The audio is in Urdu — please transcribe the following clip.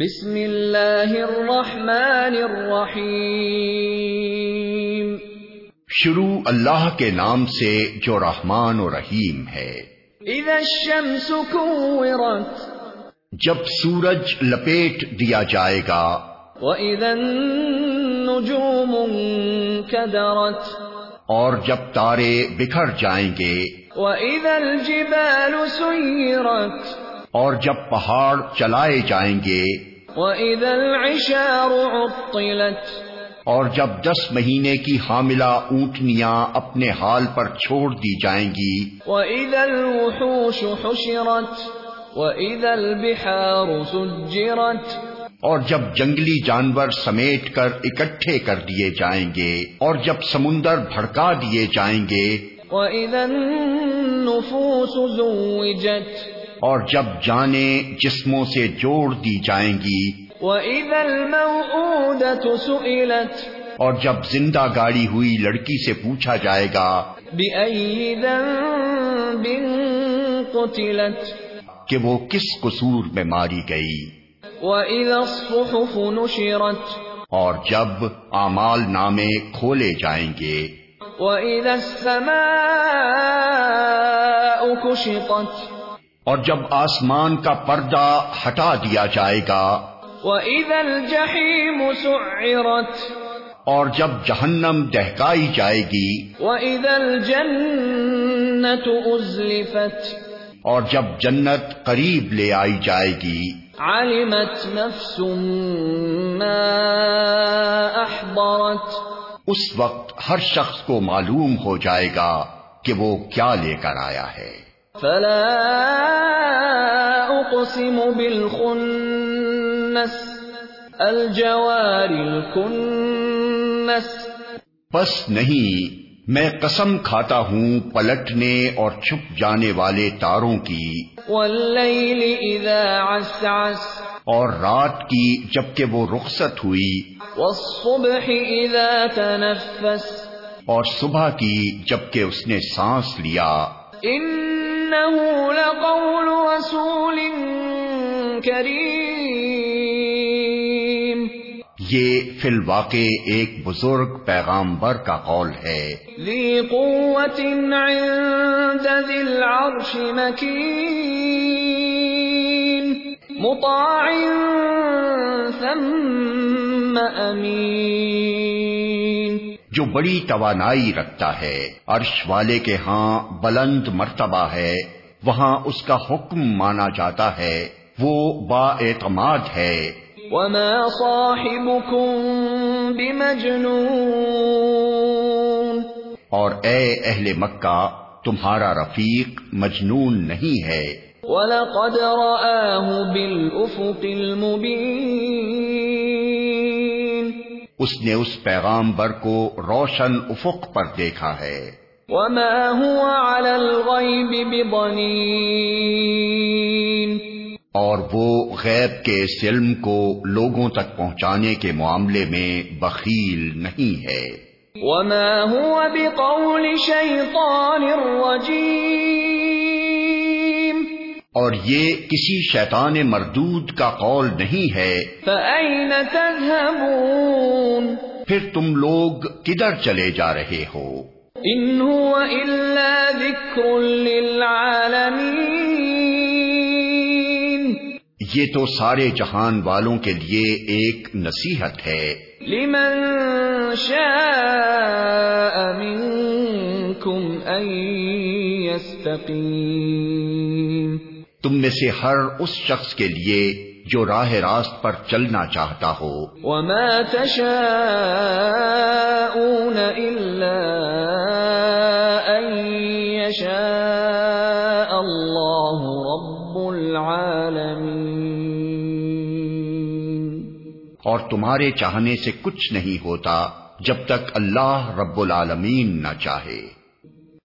بسم اللہ الرحمن الرحیم شروع اللہ کے نام سے جو رحمان و رحیم ہے اذا الشمس كورت جب سورج لپیٹ دیا جائے گا واذا النجوم انكدرت اور جب تارے بکھر جائیں گے واذا الجبال سيرت اور جب پہاڑ چلائے جائیں گے واذا العشار عطلت اور جب دس مہینے کی حاملہ اونٹنیاں اپنے حال پر چھوڑ دی جائیں گی واذا الوحوش حشرت واذا البحار سجرت اور جب جنگلی جانور سمیٹ کر اکٹھے کر دیے جائیں گے اور جب سمندر بھڑکا دیے جائیں گے واذا النفوس زوجت اور جب جانیں جسموں سے جوڑ دی جائیں گی وَإِذَا الْمَوْءُودَةُ سُئِلَتْ اور جب زندہ گاڑی ہوئی لڑکی سے پوچھا جائے گا بِأَيِّ ذَنبٍ قُتِلَتْ کہ وہ کس قصور میں ماری گئی وَإِذَا الصُّحُفُ نُشِرَتْ اور جب اعمال نامے کھولے جائیں گے وَإِذَا السَّمَاءُ كُشِطَتْ اور جب آسمان کا پردہ ہٹا دیا جائے گا وَإِذَا الْجَحِيمُ سُعِّرَتْ اور جب جہنم دہکائی جائے گی وَإِذَا الْجَنَّةُ أُزْلِفَتْ اور جب جنت قریب لے آئی جائے گی عَلِمَتْ نَفْسٌ مَّا أَحْضَرَتْ اس وقت ہر شخص کو معلوم ہو جائے گا کہ وہ کیا لے کر آیا ہے فلا أقسم بالخنس الجوار الكنس بس نہیں میں قسم کھاتا ہوں پلٹنے اور چھپ جانے والے تاروں کی والليل إذا عسعس اور رات کی جبکہ وہ رخصت ہوئی والصبح إذا تنفس اور صبح کی جبکہ اس نے سانس لیا إنه لقول رسول كريم یہ فی الواقع ایک بزرگ پیغامبر کا قول ہے ذي قوة عند ذي العرش مكين مطاع ثم أمين جو بڑی توانائی رکھتا ہے عرش والے کے ہاں بلند مرتبہ ہے وہاں اس کا حکم مانا جاتا ہے وہ با اعتماد ہے وما صاحبكم بمجنون اور اے اہل مکہ تمہارا رفیق مجنون نہیں ہے ولقد رآه بالأفق المبين اس نے اس پیغامبر کو روشن افق پر دیکھا ہے وما هو على الغيب بضنين اور وہ غیب کے اس علم کو لوگوں تک پہنچانے کے معاملے میں بخیل نہیں ہے وما هو بقول شيطان رجيم اور یہ کسی شیطان مردود کا قول نہیں ہے فأين تذهبون پھر تم لوگ کدھر چلے جا رہے ہو إن هو إلا ذكر للعالمين یہ تو سارے جہان والوں کے لیے ایک نصیحت ہے لمن شاء منكم أن يستقيم تم میں سے ہر اس شخص کے لیے جو راہ راست پر چلنا چاہتا ہو وما تشاءون إلا أن يشاء الله رب العالمين اور تمہارے چاہنے سے کچھ نہیں ہوتا جب تک اللہ رب العالمین نہ چاہے